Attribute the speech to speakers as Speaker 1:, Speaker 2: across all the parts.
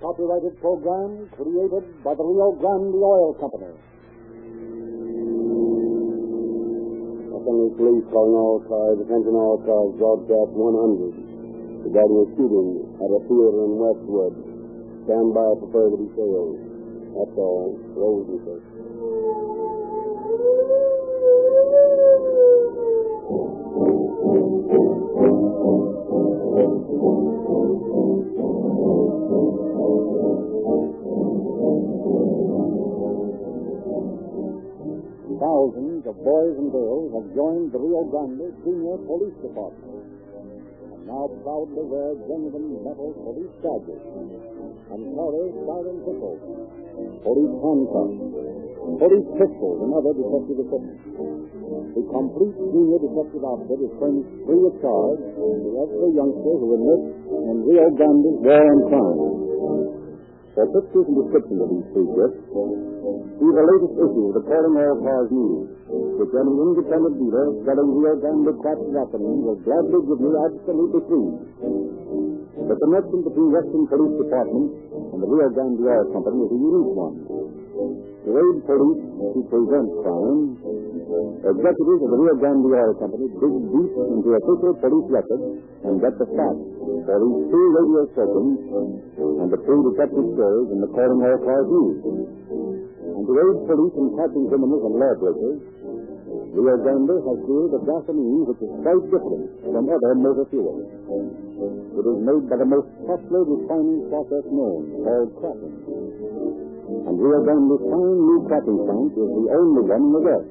Speaker 1: copyrighted program created by the Rio Grande Oil Company.
Speaker 2: Secondly, E police calling all cars, attention all cars, broadcast 100. Regarding a shooting at a theater in Westwood, stand by for further details. That's all. Rosenberg.
Speaker 1: Thousands of boys and girls have joined the Rio Grande Senior Police Department and now proudly wear genuine metal police badges and carry siren whistles, police handcuffs, police pistols, and other detective equipment. The complete senior detective outfit is furnished free of charge to every youngster who enlists in Rio Grande's war and crime.
Speaker 2: For pictures and descriptions of these three gifts, see the latest issue of the Calling All Cars News, which any independent dealer selling Rio Grande Crop Gasoline will gladly give you absolutely free. The connection between Western Police Department and the Rio Grande Oil Company is a unique one. To aid police to prevent crime, executives of the Rio Grande Oil Company dig deep into official police records and get the facts for these two radio stations and the two detective stories in the Calling All Cars News. And to aid police in catching criminals and lawbreakers, Rio Grande has created a gasoline which is quite different from other motor fuels. It is made by the most costly refining process known, called cracking. And Rio Grande's fine new cracking plant is the only one in the West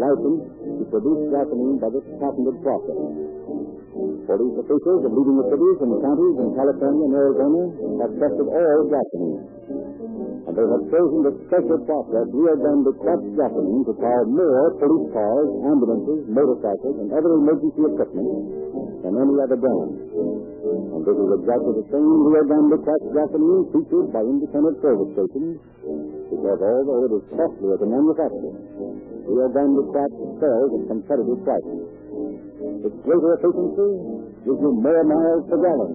Speaker 2: licensed to produce gasoline by this patented process. Police officials of leading the cities and counties in California and Arizona have tested all gasoline. And they have chosen the special process Rio Grande Crop Gasoline to power more police cars, ambulances, motorcycles, and other emergency equipment than any other brand. And this is exactly the same Rio Grande Crop Gasoline featured by independent service stations because although it is costlier to manufacture, Rio Grande Crop sells at competitive prices. Its greater efficiency gives you more miles per gallon.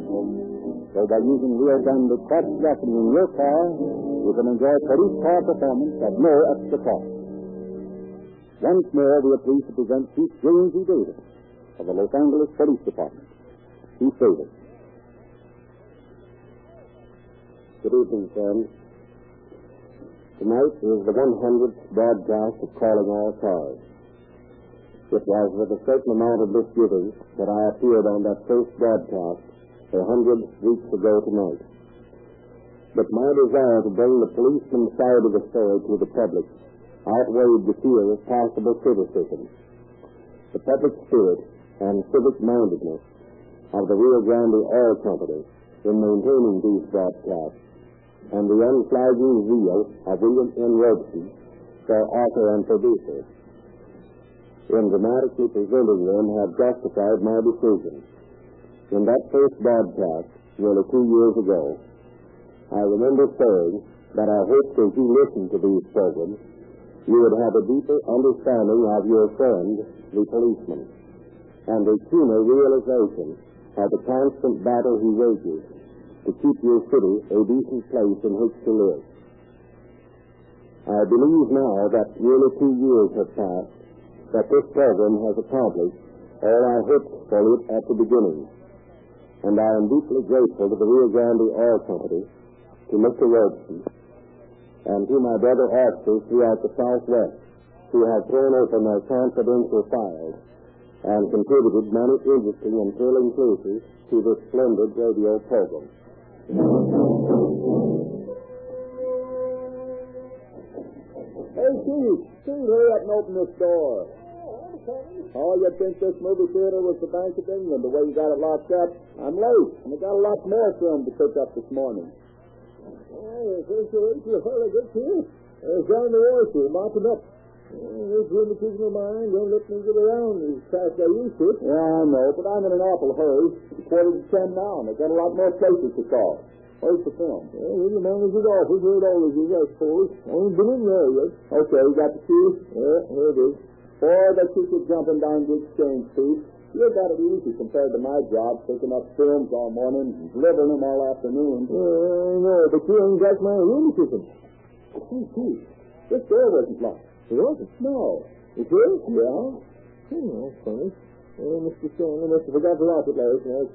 Speaker 2: So by using Rio Grande Crop gasoline in your car, you can enjoy police car performance at no extra cost. Once more, we are pleased to present Chief James E. Davis of the Los Angeles Police Department. Chief Davis. Good evening, friends. Tonight is the 100th broadcast of Calling All Cars. It was with a certain amount of misgiving that I appeared on that first broadcast a hundred weeks ago tonight. But my desire to bring the policeman side of the story to the public outweighed the fear of possible criticism. The public spirit and civic mindedness of the Rio Grande Oil Company in maintaining these broadcasts and the unflagging zeal of William N. Robeson, their author and producer, in dramatically presenting them have justified my decision. In that first broadcast, nearly two years ago, I remember saying that I hoped as you listened to these programs, you would have a deeper understanding of your friend, the policeman, and a keener realization of the constant battle he wages to keep your city a decent place in which to live. I believe now that nearly two years have passed, that this program has accomplished all I hoped for it at the beginning, and I am deeply grateful to the Rio Grande Oil Company, to Mr. Robeson, and to my brother officers throughout the Southwest who have thrown open their confidential files and contributed many interesting and thrilling cases to this splendid radio program.
Speaker 1: Hey, Chief, Chief, hurry up and open this door. Oh, you'd think this movie theater was the Bank of England, the way you got it locked up. I'm late, and I got a lot more film to pick up this morning.
Speaker 3: Oh, first of all, you're fairly good to you.
Speaker 1: Uh, down the way, Chief, lock it up.
Speaker 3: This room is keeping my mind. Don't let me get around as fast as I used to.
Speaker 1: Yeah, I know, but I'm in an awful hurry. It's quarter to ten now, and I got a lot more places to call. Where's the film?
Speaker 3: Well, William Allen is office where it always is, I suppose. I ain't been in there yet.
Speaker 1: Okay, you got the key?
Speaker 3: Yeah, here it is.
Speaker 1: Boy, that you keep jumping down the exchange, Pete.
Speaker 3: You got it easy compared to my job, picking up films all morning and delivering them all afternoon. I know, but you ain't got my rheumatism. Gee, Oh, gee, this door wasn't locked. It wasn't? No. It is? Yeah. Hmm, that's funny. Well, Mr. Stanley must have forgot to lock it last night.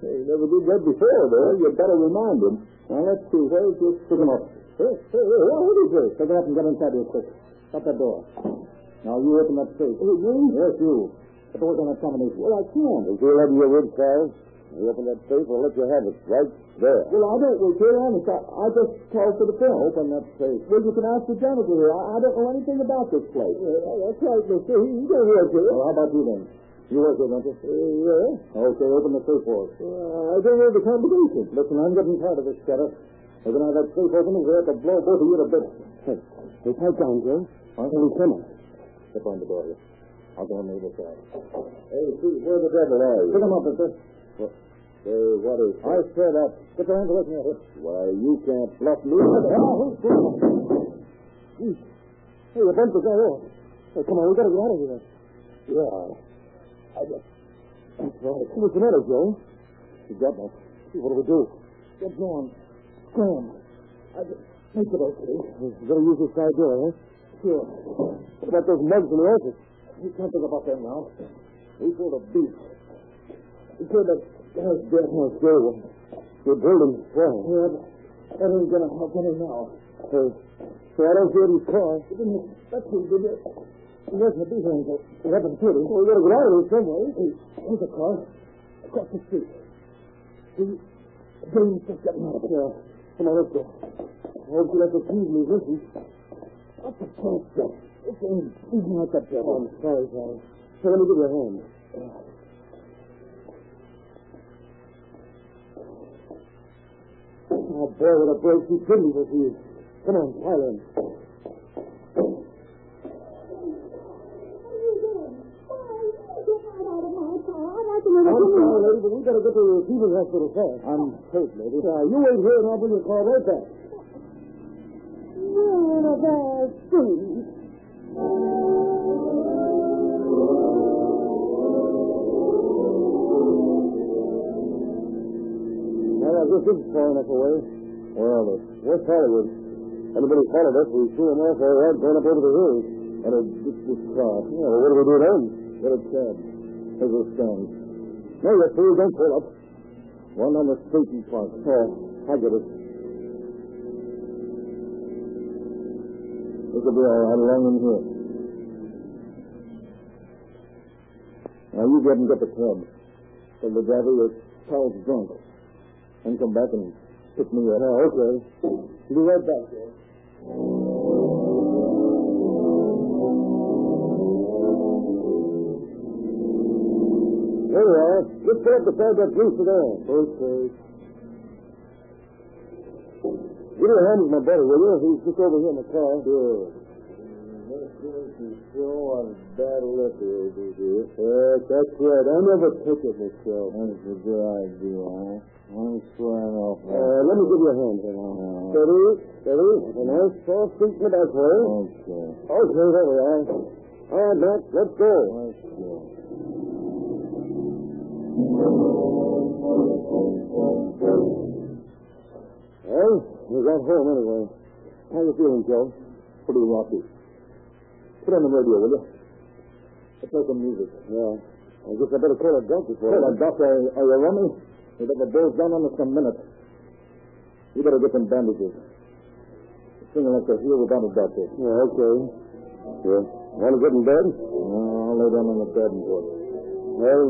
Speaker 3: He never did that before, though. You better remind him.
Speaker 2: Now, let's see. Where's this? Pick him up.
Speaker 3: Hey, hey, hey, what is this?
Speaker 2: Pick him up and get inside real quick. Shut that door. Now, you open that safe.
Speaker 3: Hey, you?
Speaker 2: Yes, you. The door's on the combination.
Speaker 3: Well, I can't.
Speaker 2: Is there any of your rib files? You open that safe, we'll let you have it right there.
Speaker 3: Well, I don't work here, honest. I, I just called for the film.
Speaker 2: Open that safe.
Speaker 3: Well, you can ask the janitor here. I, I don't know anything about this place.
Speaker 2: oh,
Speaker 3: that's right, mister. He, he don't work here. Uh,
Speaker 2: Well, how about you then? You work here, don't you?
Speaker 3: yeah?
Speaker 2: Okay, open the safe for us.
Speaker 3: Uh, I don't know the combination.
Speaker 2: Listen, I'm getting tired of this, Sheriff. We're going to have that safe open and we're going to blow both of you to bits. Hey, they tight down, Joe. Huh? Hey, come on. Step on the door here. I'll go on the other side.
Speaker 3: Hey, see, where the devil are
Speaker 2: Pick him up, mister.
Speaker 3: Say, what is
Speaker 2: I said up. Get your hands away from me.
Speaker 3: Why, you can't bluff me.
Speaker 2: Hey, you bumped the guy over. Hey, come on, we gotta get out of here.
Speaker 3: Yeah. I just...
Speaker 2: That's right. What's the matter, Joe? You got me. What do we do?
Speaker 3: Get going. Scram. I just... Make it okay.
Speaker 2: We're gonna use this side door, huh?
Speaker 3: Sure.
Speaker 2: What about those mugs in the office?
Speaker 3: You can't think about them now. We pulled a beat. We killed that guy's dead.
Speaker 2: Oh, sure. Your building's swell.
Speaker 3: Yeah, but that ain't gonna help any now.
Speaker 2: Hey, so I don't hear these cars.
Speaker 3: It didn't expect him, did it? He wasn't to be here until 11.30.
Speaker 2: Well, we gotta get out of here somewhere.
Speaker 3: Hey, here's a car. Across the street. See? James just got out of there. Come on, let's go.
Speaker 2: I hope you let the keys leave. Listen.
Speaker 3: What's the chance, Jack? This ain't even like that
Speaker 2: Oh,
Speaker 3: devil.
Speaker 2: I'm sorry, Johnny. Hey, let me give you a hand. Oh, boy, what a break she couldn't with you. Come on, pile in. I'm sorry, lady, but we gotta get to the fever hospital fast. I'm hurt, lady. Uh, you wait here and I'll bring your car right back. Well, this is far enough away. Well, it's West Hollywood. Anybody followed us, we threw them off all right, going up over the hills. And a this, this car. Yeah, well, what do we do then? Get a cab. There's a stand. No, you fool, don't pull up. One on the street in front. Oh, I get it. This will be all right along in here. Now, you go up and get the cab. Tell the driver your child's drunk and come back and pick me up. Oh, okay. Be right back. There we are. Just get up beside that goose there. Okay. Give me a hand with my buddy, will you? He's just over here in the car. Sure.
Speaker 3: So on battle up over here.
Speaker 2: Yes, that's right. I never took it myself.
Speaker 3: That's a good idea, huh? I'm trying off.
Speaker 2: Uh, let me give you a hand. here now. Steady, steady. A nice soft seat in the back way.
Speaker 3: Okay.
Speaker 2: Okay, there we are. All right, Matt, let's go.
Speaker 3: Let's go.
Speaker 2: Well, we got home anyway. How you feeling, Joe? Pretty rocky. Put on the radio, will you? Let's play some music. Yeah. I guess I better call a doctor for Call a doctor? Are you rummy? You got the bills down on us in a minute. You better get some bandages. Singing like a heel without a doctor. Yeah, okay. Yeah. Want to get in bed? No, I'll lay down on the bed and do it. Well,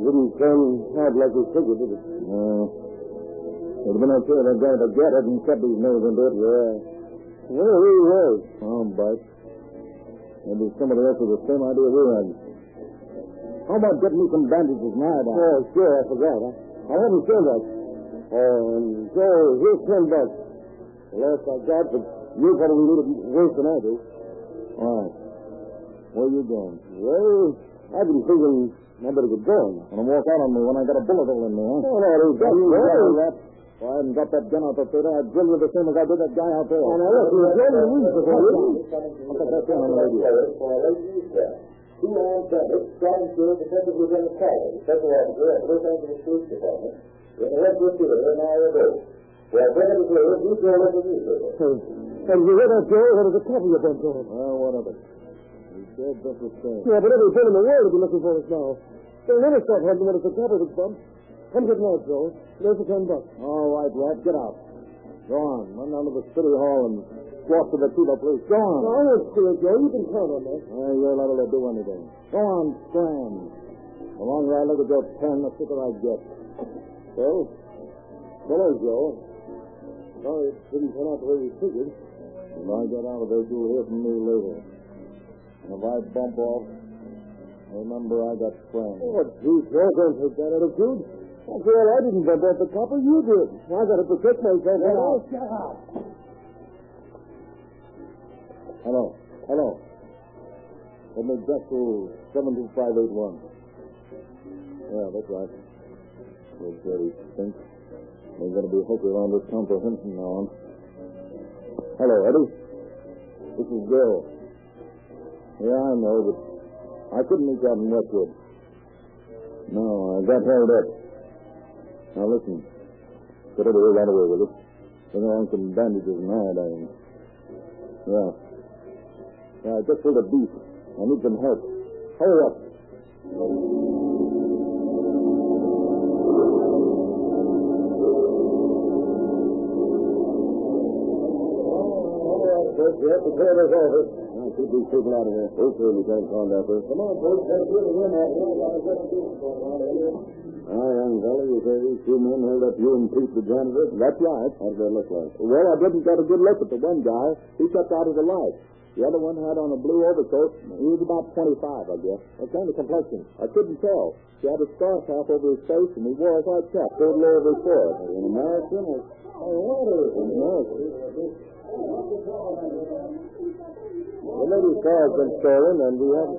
Speaker 2: you didn't turn hard like we figured, did it? No. It would have been okay if that guy that got it and kept his nose into it. Yeah. Well, he was. Oh, bite. Maybe somebody else with the same idea we had. How about getting me some bandages now, Oh, sure, I forgot. I, I haven't seen that. Um, so here's ten bucks. The last I got, but you probably need it worse than I do. All right. Where you going? Well, I've been thinking I better get going. And walk out on me when I got a bullet hole in me, huh? No, no, it
Speaker 3: that's right.
Speaker 2: If I hadn't got that gun out there, Peter, I'd drill you the same as I did that guy out there.
Speaker 3: Oh, now look, you're drilling me with the gun,
Speaker 2: I'll put that down on the radio.
Speaker 4: P. L. Bennett, Strong Field Detective Lieutenant Collins, Special Officer at Los Angeles Police Department, in the Redwood Theater an hour ago, where Bennett was later detailed as a newspaper.
Speaker 5: And you read that, Joe, that was a copy of that Joe.
Speaker 2: Well, what of it? We did just the same.
Speaker 5: Yeah, but every gun in the world will be looking for us now. They'll never stop hunting when it's a copy that's bumped. Come get now, Joe. There's the ten bucks.
Speaker 2: All right, Rob, get out. Go on. Run down to the city hall and walk to the Cuba police. Go on.
Speaker 5: Now, I won't steal, Joe. You can count on that.
Speaker 2: Well, you're liable to do anything. Go on, Sam. The longer I look at your pen, the sicker I get. Well, hello, Joe. Sorry it didn't turn out the way we figured. When I get out of this, you'll hear from me later. And if I bump off, remember I got friends.
Speaker 5: Oh, gee, Joe, don't take that attitude. After all, I didn't bump off the copper. You did. I got to protect myself. Get out.
Speaker 2: Hello. Hello. Let me get to 72581. Yeah, that's right. You dirty stink. There's going to be a hook around this town for him from now on. Hello, Eddie. This is Bill. Yeah, I know, but I couldn't meet Captain Westwood. No, I got held up. Now listen. Get over here right away with it. Bring along some bandages and iodine. Yeah. Yeah, I Uh, just killed a beef. I need some help. Hurry up.
Speaker 4: You have to clear this office.
Speaker 2: Now, keep these people out of here. Okay, Lieutenant Thorndapper.
Speaker 4: Come on, folks. Let's get it in there. We got a investigation going on here.
Speaker 2: Hi, young fella. You say these two men held up you and Pete the janitor? That's right. How did that look like? Well, I didn't get a good look at the one guy. He kept out of the light. The other one had on a blue overcoat. He was about 25, I guess. What kind of complexion? I couldn't tell. He had a scarf half over his face, and he wore a white cap pulled low over his forehead. An American or... An American. The lady's car has been stolen, and we have...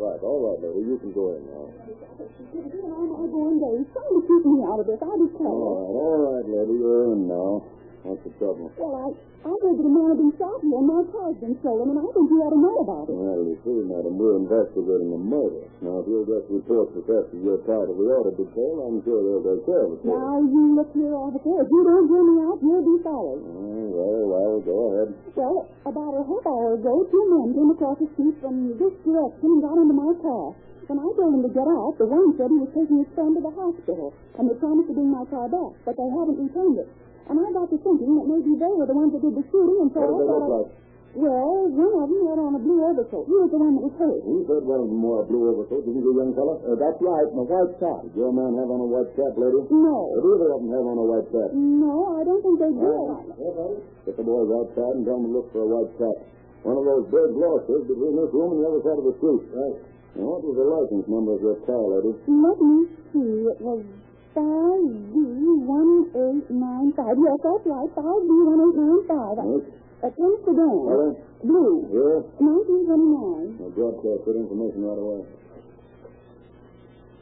Speaker 2: Right, all right, lady. You can go in now.
Speaker 6: I'm going there. He's trying to keep me out of this. I declare.
Speaker 2: All right, all right, lady. You're in now. What's the trouble?
Speaker 6: Well, I, I heard that a man had been shot here and my car's been stolen, and I think you ought to know about it.
Speaker 2: Well, you see, madam, we're investigating a murder. Now, if you'll just report the theft of your part of the order detail, I'm sure they'll take care of it. for you.
Speaker 6: Now, you look here, officer. If you don't hear me out, you'll be followed.
Speaker 2: Oh, very well. Go ahead.
Speaker 6: Well, about a half hour ago, two men came across the street from this direction and got into my car. When I told him to get out, the one said he was taking his friend to the hospital, and they promised to bring my car back, but they haven't returned it. And I got to thinking that maybe they were the ones that did the shooting, and so
Speaker 2: What
Speaker 6: I
Speaker 2: does that
Speaker 6: thought
Speaker 2: look
Speaker 6: I-
Speaker 2: like?
Speaker 6: Well, one of them had on a blue overcoat. He was the one that was hurt.
Speaker 2: You said one of them wore a blue overcoat, didn't you, young fella? Uh, that's right, and a white cap. Did your man have on a white cap, lady?
Speaker 6: No.
Speaker 2: Did either of them have on a white cap?
Speaker 6: No, I don't think they did.
Speaker 4: Yeah, buddy.
Speaker 2: Get the boys outside and tell them to look for a white cap. One of those big losses between this room and the other side of the street. Right. And what was the license number of your car, lady?
Speaker 6: Let me see. It was 5B1895. Yes, that's right. 5B1895.
Speaker 2: Yes.
Speaker 6: A pink sedan.
Speaker 2: Hello?
Speaker 6: Blue.
Speaker 2: Yeah?
Speaker 6: 1929.
Speaker 2: Now, Jack, uh, good information right away.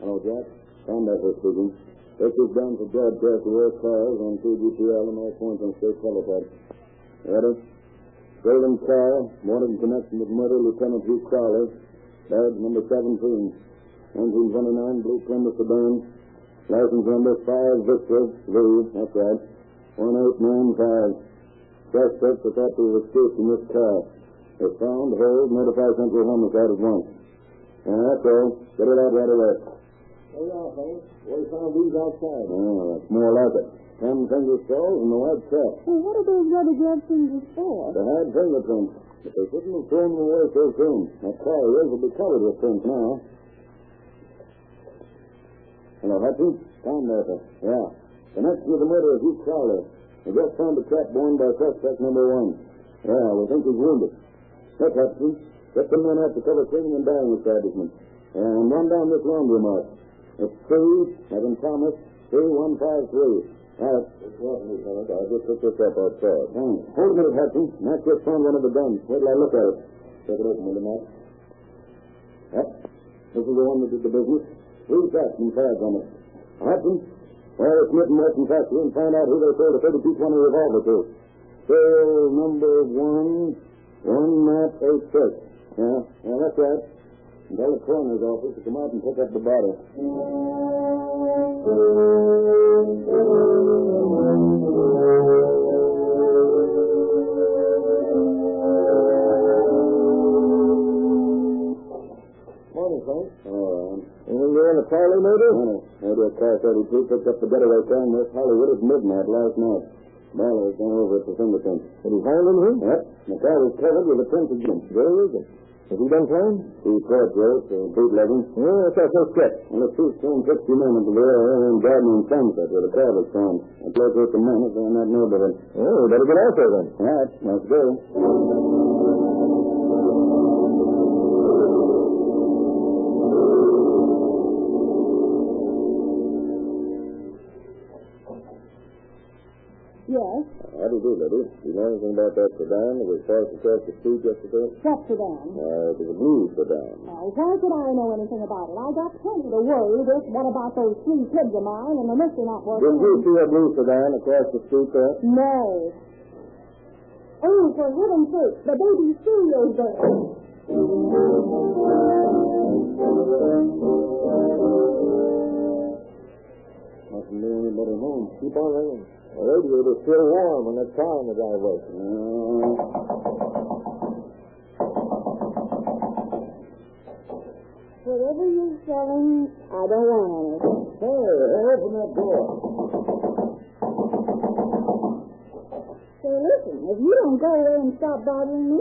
Speaker 2: Hello, Jack. Conductor speaking. This is done for broadcast of your cars on CGPL and all points on state teletype. Ready? Golden car, wanted in connection with murder, Lieutenant Hugh Crowley, badge number 17, 1929, blue Plymouth sedan, license number 5 Victor V, that's right, 1895. Suspect that that was escaped from this car. If found, hold, notify Central Homicide at once. And that's all. Get it out right away.
Speaker 4: There you are, fellas. We found these outside.
Speaker 2: Oh, that's more like it. Ten fingers sold and the white cap.
Speaker 6: Well, what are those rubber glove fingers for?
Speaker 2: The hard fingerprints. If they couldn't have thrown them away so soon, that car of yours will be covered with prints now. Hello, Hudson? Tom Murphy. Yeah. Connection with the murder of Hugh Crowley. We just found the cap worn by suspect number one. Yeah, we think he's wounded. Look, Hudson, get the men out to cover cleaning and dyeing establishment. And run down this laundry mart. It's three, Evan Thomas, 3153. All right.
Speaker 4: It's not me, fellas.
Speaker 2: I just picked this up outside. Thanks. Hold a minute, Hudson. Mac just found one of the guns. Wait till I look at it. Take it open, will you, Mac? Yep. This is the one that did the business. Three facts and tags on it. Hudson, wire a Smith and Wesson factory and find out who they sold a 3220 revolver to. Sale number one, one eight six. Yeah, yeah, that's right. and tell the coroner's office to come out and pick up the body.
Speaker 3: Morning, Frank.
Speaker 2: Oh,
Speaker 3: Anything there in the trolley, maybe?
Speaker 2: Morning. Maybe a car 32 picked up the getaway car in West Hollywood at midnight last night. Barlow came over it for fingerprints.
Speaker 3: Did he find anything?
Speaker 2: Yep. The car was covered with a print of gin.
Speaker 3: Very good. Has he been playing?
Speaker 2: Two corporals, uh, bootlegging.
Speaker 3: Yeah, that's our first step.
Speaker 2: And the truth came 60 minutes to the area in Garden and Sunset where the car was found. A place with the money in that "Oh, neighborhood.
Speaker 3: Yeah, we better get out there then.
Speaker 2: All right, let's go.
Speaker 6: Yes,
Speaker 2: How do you do, lady? Do you know anything about that sedan that was parked across the street yesterday?
Speaker 6: that's the van.
Speaker 2: Uh, it was a blue sedan.
Speaker 6: Now, why should I know anything about it? I got plenty to worry with. What about those three kids of mine and the nursery not working?
Speaker 2: Didn't you see a blue sedan across the street there?
Speaker 6: No. Oh, for heaven's sake, the baby's cereal's there.
Speaker 2: Mustn't be anybody home.
Speaker 3: Keep on ringing. The radiator's still warm and that car in the driveway.
Speaker 2: Uh,
Speaker 6: Whatever you're selling, I don't want any.
Speaker 3: Hey, open that door.
Speaker 6: Say, listen, if you don't go away and stop bothering me,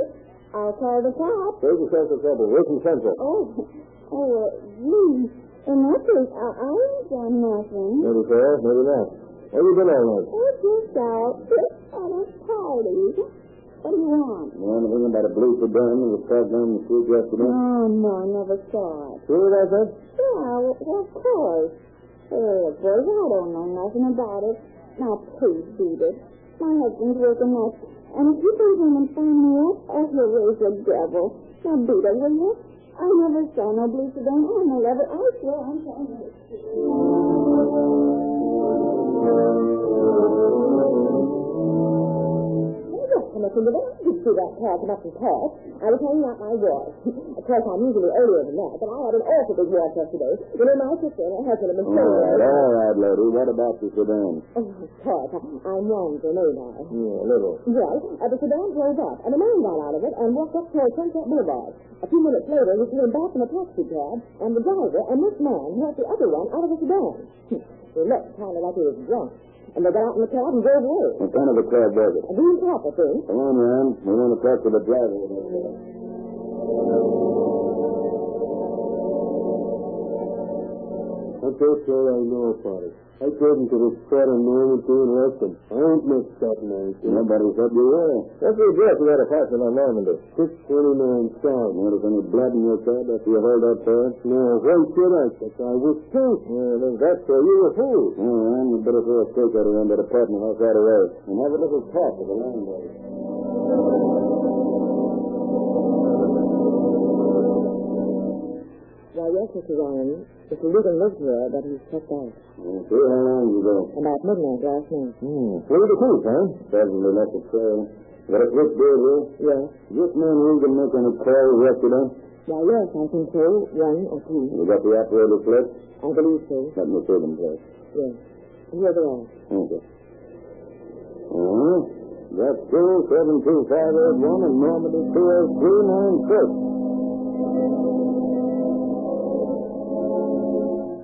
Speaker 6: I'll call the cops.
Speaker 3: Save yourself the trouble. Wait in Central.
Speaker 6: Oh, oh, uh, gee. In that case, I, I ain't done nothing.
Speaker 3: Maybe so, maybe not. Where you been all night?
Speaker 6: I just out at a party. What do you want?
Speaker 2: you know anything about a blue sedan that was parked down the street yesterday?
Speaker 6: Oh, no, I never saw it.
Speaker 3: Sure about that?
Speaker 6: Yeah, well, of course. Uh, boys, I don't know nothing about it. Now, please beat it. My husband's working next. And if you come home and find me up, oh, he'll raise the devil. Now, beat it, will you? I never saw no blue sedan. I no leather. I swear I'm trying to... And if you did see that car come up and pass, I was hanging out my walls. of course, I'm usually earlier than that, but I had an awful big walk yesterday. You know, my sister and her husband have been
Speaker 2: All
Speaker 6: so
Speaker 2: right, all right, lady. What about the sedan?
Speaker 6: Oh, of course, I- I'm wrong, ain't I?
Speaker 3: Yeah, a little.
Speaker 6: Well, uh, the sedan drove up, and a man got out of it and walked up toward Sunset Boulevard. A few minutes later, he came back in a taxi cab, and the driver and this man helped the other one out of the sedan. he looked kind of like he was drunk, and they got out in the cab and drove away.
Speaker 2: What kind of a car was it?
Speaker 6: A green cab, I think.
Speaker 2: Come on, Ron. We want to talk to the driver. Hello,
Speaker 3: I don't care I know about it. I couldn't to this crowd and know anything less than I ain't mixed up in anything.
Speaker 2: Nobody said you were.
Speaker 3: What's the address of that apartment on Normandy? 629 South.
Speaker 2: Notice any blood in your cab after you held that car?
Speaker 3: No, why should I? But I was too. Yeah, then that's where you were fooled.
Speaker 2: All right, you better throw a stake out around that apartment house right away. And have a little talk with the landlady.
Speaker 6: Well, yes, Mr. Ryan. Mr. Lugan lived here, but he's checked out.
Speaker 2: And see how long you go.
Speaker 6: About midnight last night.
Speaker 3: Hmm. Three to two, huh?
Speaker 2: Certainly necessary. But if this deal here,
Speaker 6: Yes.
Speaker 2: this man Regan make any calls yesterday?
Speaker 6: Well, yes, I think so. One or two.
Speaker 2: You got the operator's list?
Speaker 6: I believe so.
Speaker 2: Let me see them, please.
Speaker 6: Yes. Here they are.
Speaker 2: Thank you. Uh-huh. That's 272581 and Normandy 20396.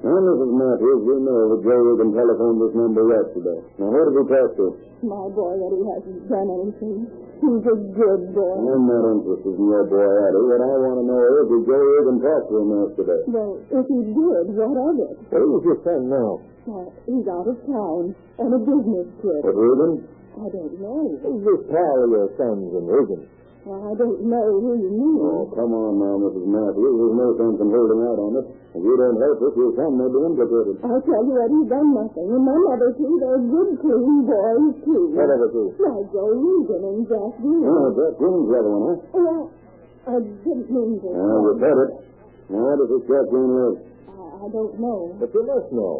Speaker 2: Now, Mrs. Matthews, we know that Joe Regan telephoned this number yesterday. Now, where did he talk to?
Speaker 6: My boy, that he hasn't done anything. He's a good boy.
Speaker 2: I'm not interested in your boy, Addie. What I want to know is, did Joe Regan talk to him yesterday?
Speaker 6: Well, if he did, what of it?
Speaker 3: What is your friend now?
Speaker 6: Well, he's out of town on a business trip.
Speaker 2: But Regan?
Speaker 6: I don't know.
Speaker 3: Who's this pal of your son's in Reagan?
Speaker 6: Well, I don't know who you mean.
Speaker 2: Oh, come on now, Mrs. Matthews. There's no sense in holding out on us. If you don't help us, your son may be implicated.
Speaker 6: I tell you what, he's done nothing. And my mother, too, they're good, clean boys, too.
Speaker 2: Whatever, too.
Speaker 6: Why, Joe Regan and Jack Green.
Speaker 2: Oh, that Green's the other one, huh?
Speaker 6: Well, I didn't mean to.
Speaker 2: Well, you bet it. Now, what does this Jack Green live?
Speaker 6: I, I don't know.
Speaker 3: But you must know.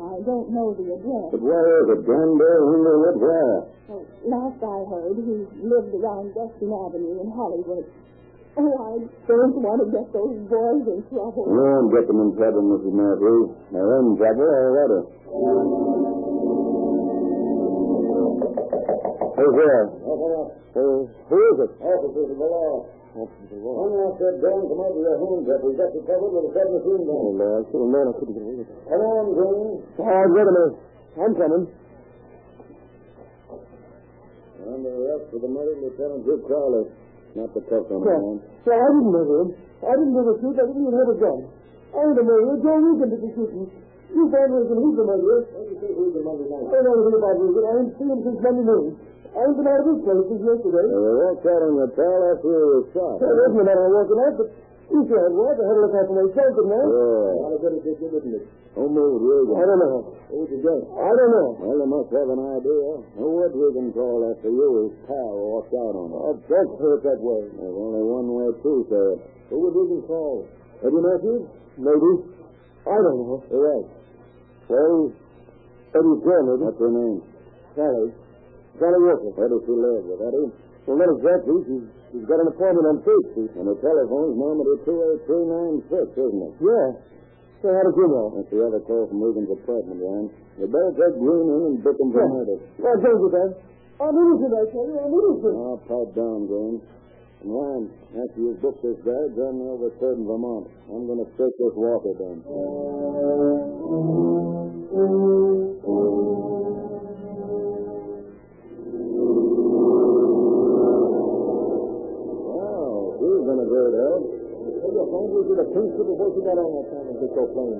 Speaker 6: I don't know the address.
Speaker 2: But where is it? Down there, under what wire?
Speaker 6: Well, last I heard, he lived around Western Avenue in Hollywood. Oh, I don't want to get those boys in trouble.
Speaker 2: You won't get them in trouble, Mrs. Matthews. They're in trouble already. Who's there?
Speaker 1: Uh, who is it?
Speaker 4: Officers of the law.
Speaker 1: Officer
Speaker 4: One officer Green, come over your hands up. We've got you covered with a submachine gun.
Speaker 1: Oh, Lord. Oh, Lord, I couldn't get away with it.
Speaker 4: Come on, Green.
Speaker 1: Oh, wait a minute. I'm coming.
Speaker 4: Under arrest for the murder of Lieutenant Duke Crowley.
Speaker 2: Not the tough one,
Speaker 1: Well,
Speaker 2: man.
Speaker 1: So I didn't murder him. I didn't overshoot. I didn't even have a gun. I ain't a murderer. Joe Regan did the shooting. You found Regan. He's the murderer.
Speaker 4: What do you say who's the Monday
Speaker 1: I
Speaker 4: night?
Speaker 1: don't know anything about Regan. I ain't seen him since Monday morning. I ain't been out of his place since yesterday.
Speaker 2: They were walked out on your pal after you were shot.
Speaker 1: Well, it wasn't a matter of walking out, but you can't walk. I had to look after myself, didn't I?
Speaker 2: Yeah.
Speaker 4: Not a good official, isn't it?
Speaker 2: Who moved Regan?
Speaker 1: I don't know.
Speaker 4: Who's the gun?
Speaker 1: I don't know.
Speaker 2: Well, they must have an idea. Who would Regan call after you? His pal walked out on him.
Speaker 1: Oh, don't say it that way.
Speaker 2: There's only one way to say it.
Speaker 4: Who would Regan call?
Speaker 2: Eddie Matthews?
Speaker 1: Maybe. I don't know.
Speaker 2: Right. Well,
Speaker 1: Eddie's girl, maybe.
Speaker 2: what's her name?
Speaker 1: Sally. Sally Walker.
Speaker 2: Where does she live? With Eddie?
Speaker 1: Well, not exactly. She's, she's got an appointment on Thursday.
Speaker 2: And the telephone's numbered at 28396, isn't it?
Speaker 1: Yeah. So how did you know?
Speaker 2: That's the other call from Regan's apartment, Ron. You better take Green in and book him for
Speaker 1: Yeah.
Speaker 2: murder.
Speaker 1: Well, don't do that. I'm innocent, I tell you. I'm innocent.
Speaker 2: Now, pipe Ah, down, Green. And Ryan, after you've booked this guy, drive me over to Third in Vermont. I'm going to search this Walker down. Wow, Oh, he's been a great help.
Speaker 4: Maybe a phone would be the principal voice you got on that time and just so plain.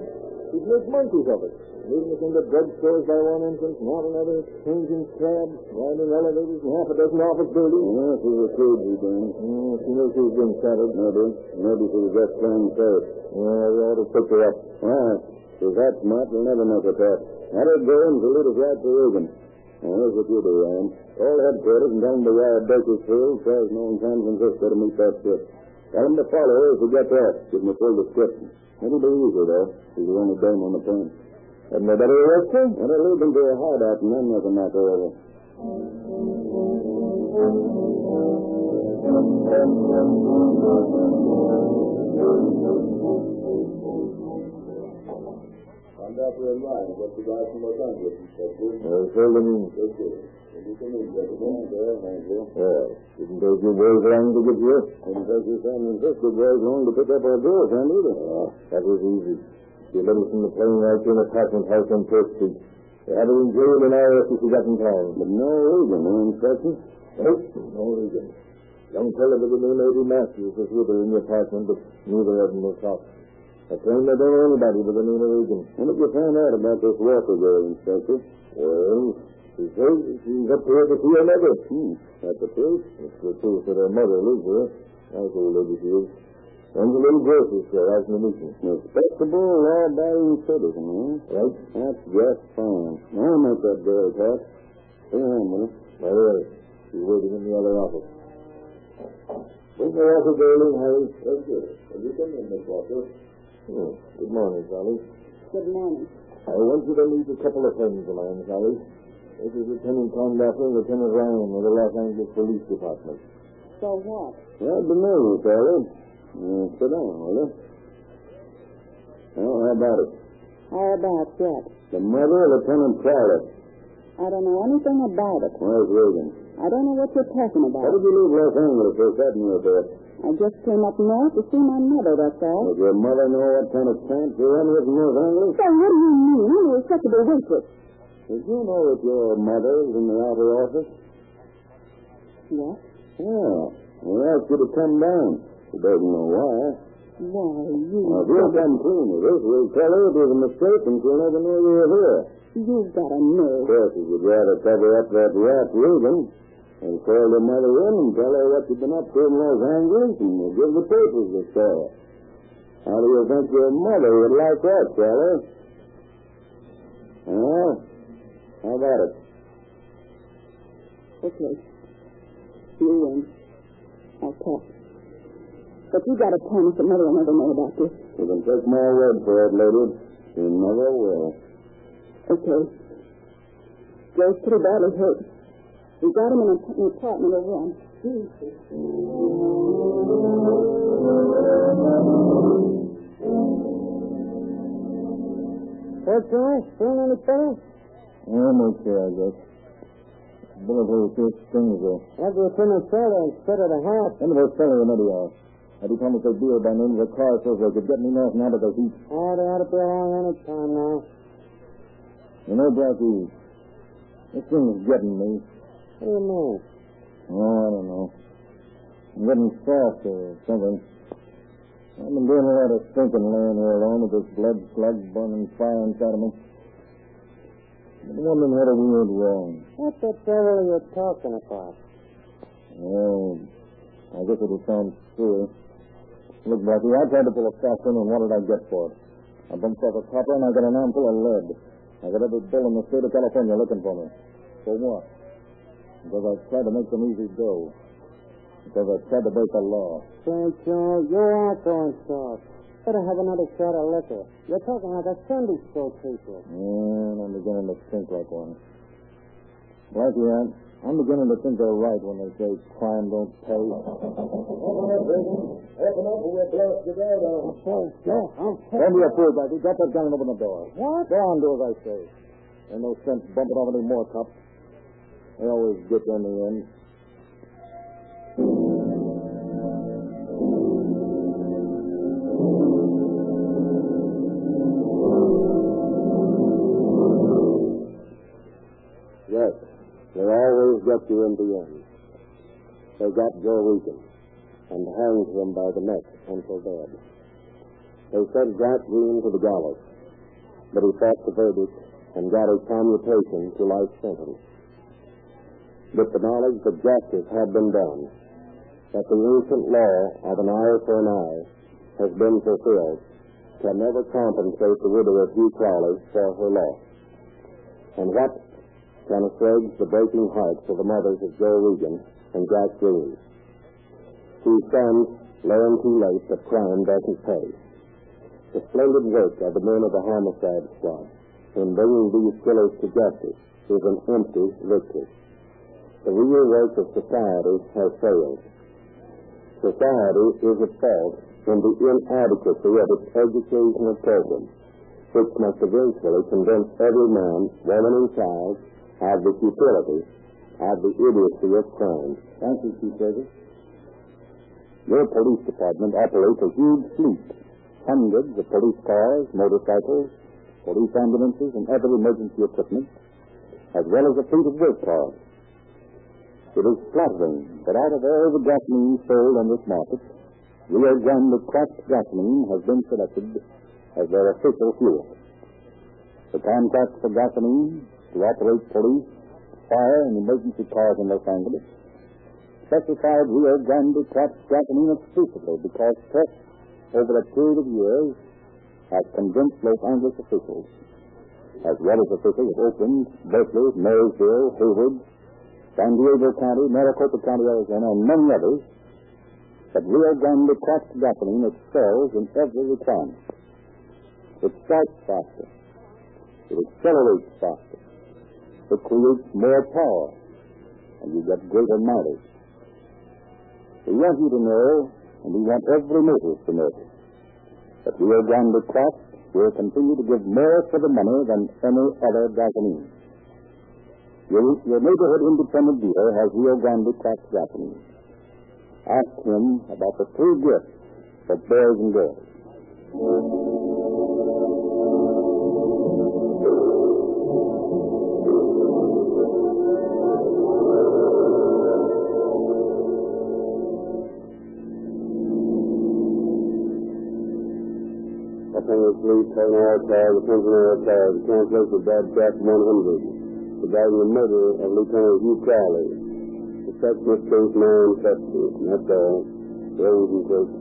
Speaker 2: He's made monkeys of it. Leading us into drugstores by one entrance and out another, changing cabs, riding elevators, and half a dozen office buildings. Yes, he was crazy, Ben. Yes, she knows she's been shadowed. Maybe. Maybe she was just playing safe. Yeah, we ought to pick her up. Well, she's that smart, we'll never make her that. Let her go and she'll lead us right to Reagan. Now, here's what you do, Ryan. Call headquarters and tell them to wire Bakersfield, Fresno, and San Francisco to meet that ship. Tell them to follow her if we get that. Give them a full description. It'll be easy, though. She's the only dame on the plane. Hadn't they better arrest her? Well, they'll lead them to a hideout and then make a matter of it.
Speaker 4: Come back here in line. Get the guy from Los Angeles, Inspector.
Speaker 2: Well, Sheldon,
Speaker 4: Take care. When you come in, Inspector. There, thank you.
Speaker 2: well, didn't take you boys long to get here. Didn't take you San Francisco boys long to pick up our girlfriend either. Yeah, Ah, that was easy. She let us in the plane right to an apartment house on First Street. They had her in jail an hour after she got in town. But no Regan, eh, Inspector? Nope, no Regan. Young fellow by the name of Eddie Matthews was with her in the apartment, but neither of them was caught. I claim they don't know anybody by the name of Regan. When did you find out about this Walker girl, Inspector? Well, she says that she's up here to see her mother. Hmm. That's the truth? It's the truth that her mother lives here. Nice old lady she is. Runs a little grocery store out in the mission. Respectable, law-abiding citizen, huh? Right. That's just fine. Now make that girl talk. Stay home, will you? By the way, she's waiting in the other office. Where's the office girl in, Harry?
Speaker 4: Very good. When you come in, Miss Walker.
Speaker 2: Oh, good morning, Sally.
Speaker 6: Good morning.
Speaker 2: I want you to meet a couple of friends of mine, Sally. This is Lieutenant Condapper and Lieutenant Ryan of the Los Angeles Police Department.
Speaker 6: So what?
Speaker 2: Glad to know you, Sally. Uh, sit down, will you? Well, how about it?
Speaker 6: How about that?
Speaker 2: The mother of Lieutenant Crowley.
Speaker 6: I don't know anything about it.
Speaker 2: Where's Reagan?
Speaker 6: I don't know what you're talking
Speaker 2: How
Speaker 6: about.
Speaker 2: did you leave Los Angeles first avenue at that?
Speaker 6: I just came up north to see my mother, that's all.
Speaker 2: Does your mother know what kind of chance you're in with Los Angeles?
Speaker 6: So what do you mean? I'm a respectable waitress.
Speaker 2: Did you know that your mother is in the outer office?
Speaker 6: Yes?
Speaker 2: Yeah. We asked you to come down. She doesn't know why.
Speaker 6: Why,
Speaker 2: Now, if
Speaker 6: you...
Speaker 2: you'll come clean with us, we'll tell her it was a mistake and she'll never know you were here.
Speaker 6: You've got a
Speaker 2: Of
Speaker 6: nerve.
Speaker 2: course, if you'd rather cover up that rat Regan and call your mother in and tell her what you've been up to in Los Angeles and we'll give the papers the story. How do you think your mother would like that, fella? Well, how about it?
Speaker 6: Okay. You win. I'll talk. uh, But you gotta promise that mother will never know about this.
Speaker 2: You can take my word for it, lady. She never will.
Speaker 6: Okay. Joe's pretty badly hurt. We got him in a- an apartment over on Tuesday.
Speaker 7: That guy? Still on the fellow? Yeah, me too, I guess. Bullet hole sure stings though. After a criminal trailer instead of the house. End of a fellow in India. I do promise a deal by name of a car so they could get me north and out of the heat.
Speaker 4: Oh, they ought to be along any time now.
Speaker 7: You know, Blackie, this thing is getting me.
Speaker 4: What do you mean?
Speaker 7: Oh, I don't know. I'm getting soft or something. I've been doing a lot of thinking laying here alone with this blood slug burning fire inside of me. I've been wondering whether we went wrong.
Speaker 4: What the devil are you talking about?
Speaker 7: Well, I guess it'll sound true. Look, Blackie, I tried to pull a fast one, and what did I get for it? I bumped off a copper, and I got an armful of lead. I got every bill in the state of California looking for me. For what? Because I tried to make some easy dough. Because I tried to break the law.
Speaker 4: St. Joe, you are going soft. Better have another shot of liquor. You're talking like a Sunday school teacher.
Speaker 7: And I'm beginning to think like one. Blackie, I'm, I'm beginning to think they're right when they say crime don't pay.
Speaker 8: Open up, Grayson. Open up or we'll blast you down on.
Speaker 4: St. Joe, I'm
Speaker 7: Don't be a fool, Blackie. Drop that gun and open the door.
Speaker 4: What?
Speaker 7: Go on, do as I say. Ain't no sense bumping off any more cops. They always get you in the end.
Speaker 2: Yes. They always get you in the end. They got Joe Regan and hanged him by the neck until dead. They sent Grant Green to the gallows, but he fought the verdict and got a commutation to life sentence. With the knowledge that justice had been done, that the ancient law of an eye for an eye has been fulfilled, can never compensate the widow of Hugh Crowley for her loss. And what can assuage the breaking hearts of the mothers of Joe Regan and Jack Green, whose sons learn too late that crime doesn't pay. The splendid work of the men of the homicide squad in bringing these killers to justice is an empty victory. The real work of society has failed. Society is at fault in the inadequacy of its educational program, which must eventually convince every man, woman, and child of the futility of the idiocy of crime.
Speaker 7: Thank you, Chief Davis.
Speaker 2: Your police department operates a huge fleet, hundreds of police cars, motorcycles, police ambulances, and other emergency equipment, as well as a fleet of work cars. It is flattering that out of all the gasoline sold on this market, Rio Grande cracked gasoline has been selected as their official fuel. The contract for gasoline to operate police, fire, and emergency cars in Los Angeles specified Rio Grande crops gasoline exclusively because Tech, over a period of years, has convinced Los Angeles officials, as well as officials of Oakland, Berkeley, Marysville, Hayward, San Diego County, Maricopa County, Arizona, and many others, that Rio Grande crops gasoline excels in every requirement. It starts faster. It accelerates faster. It creates more power, and you get greater mileage. We want you to know, and we want every motorist to know, that Rio Grande Craft will continue to give more for the money than any other gasoline. Your, your neighborhood independent dealer has Rio Grande Craft gasoline. Ask him about the free gift for boys and girls.
Speaker 7: The Penal Police, Penal Altar, the Penal Altar, the Translation of Bad Chap 100, regarding the murder of Lieutenant Hugh Crowley. The sexless case now in custody. And That's all. Ladies and folks.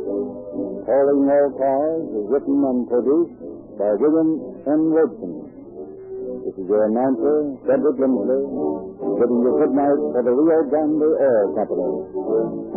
Speaker 2: Calling All Cars is written and produced by William N. Wilson. This is your announcer, Cedric Lindley, bidding you good night for the Rio Grande Oil Company.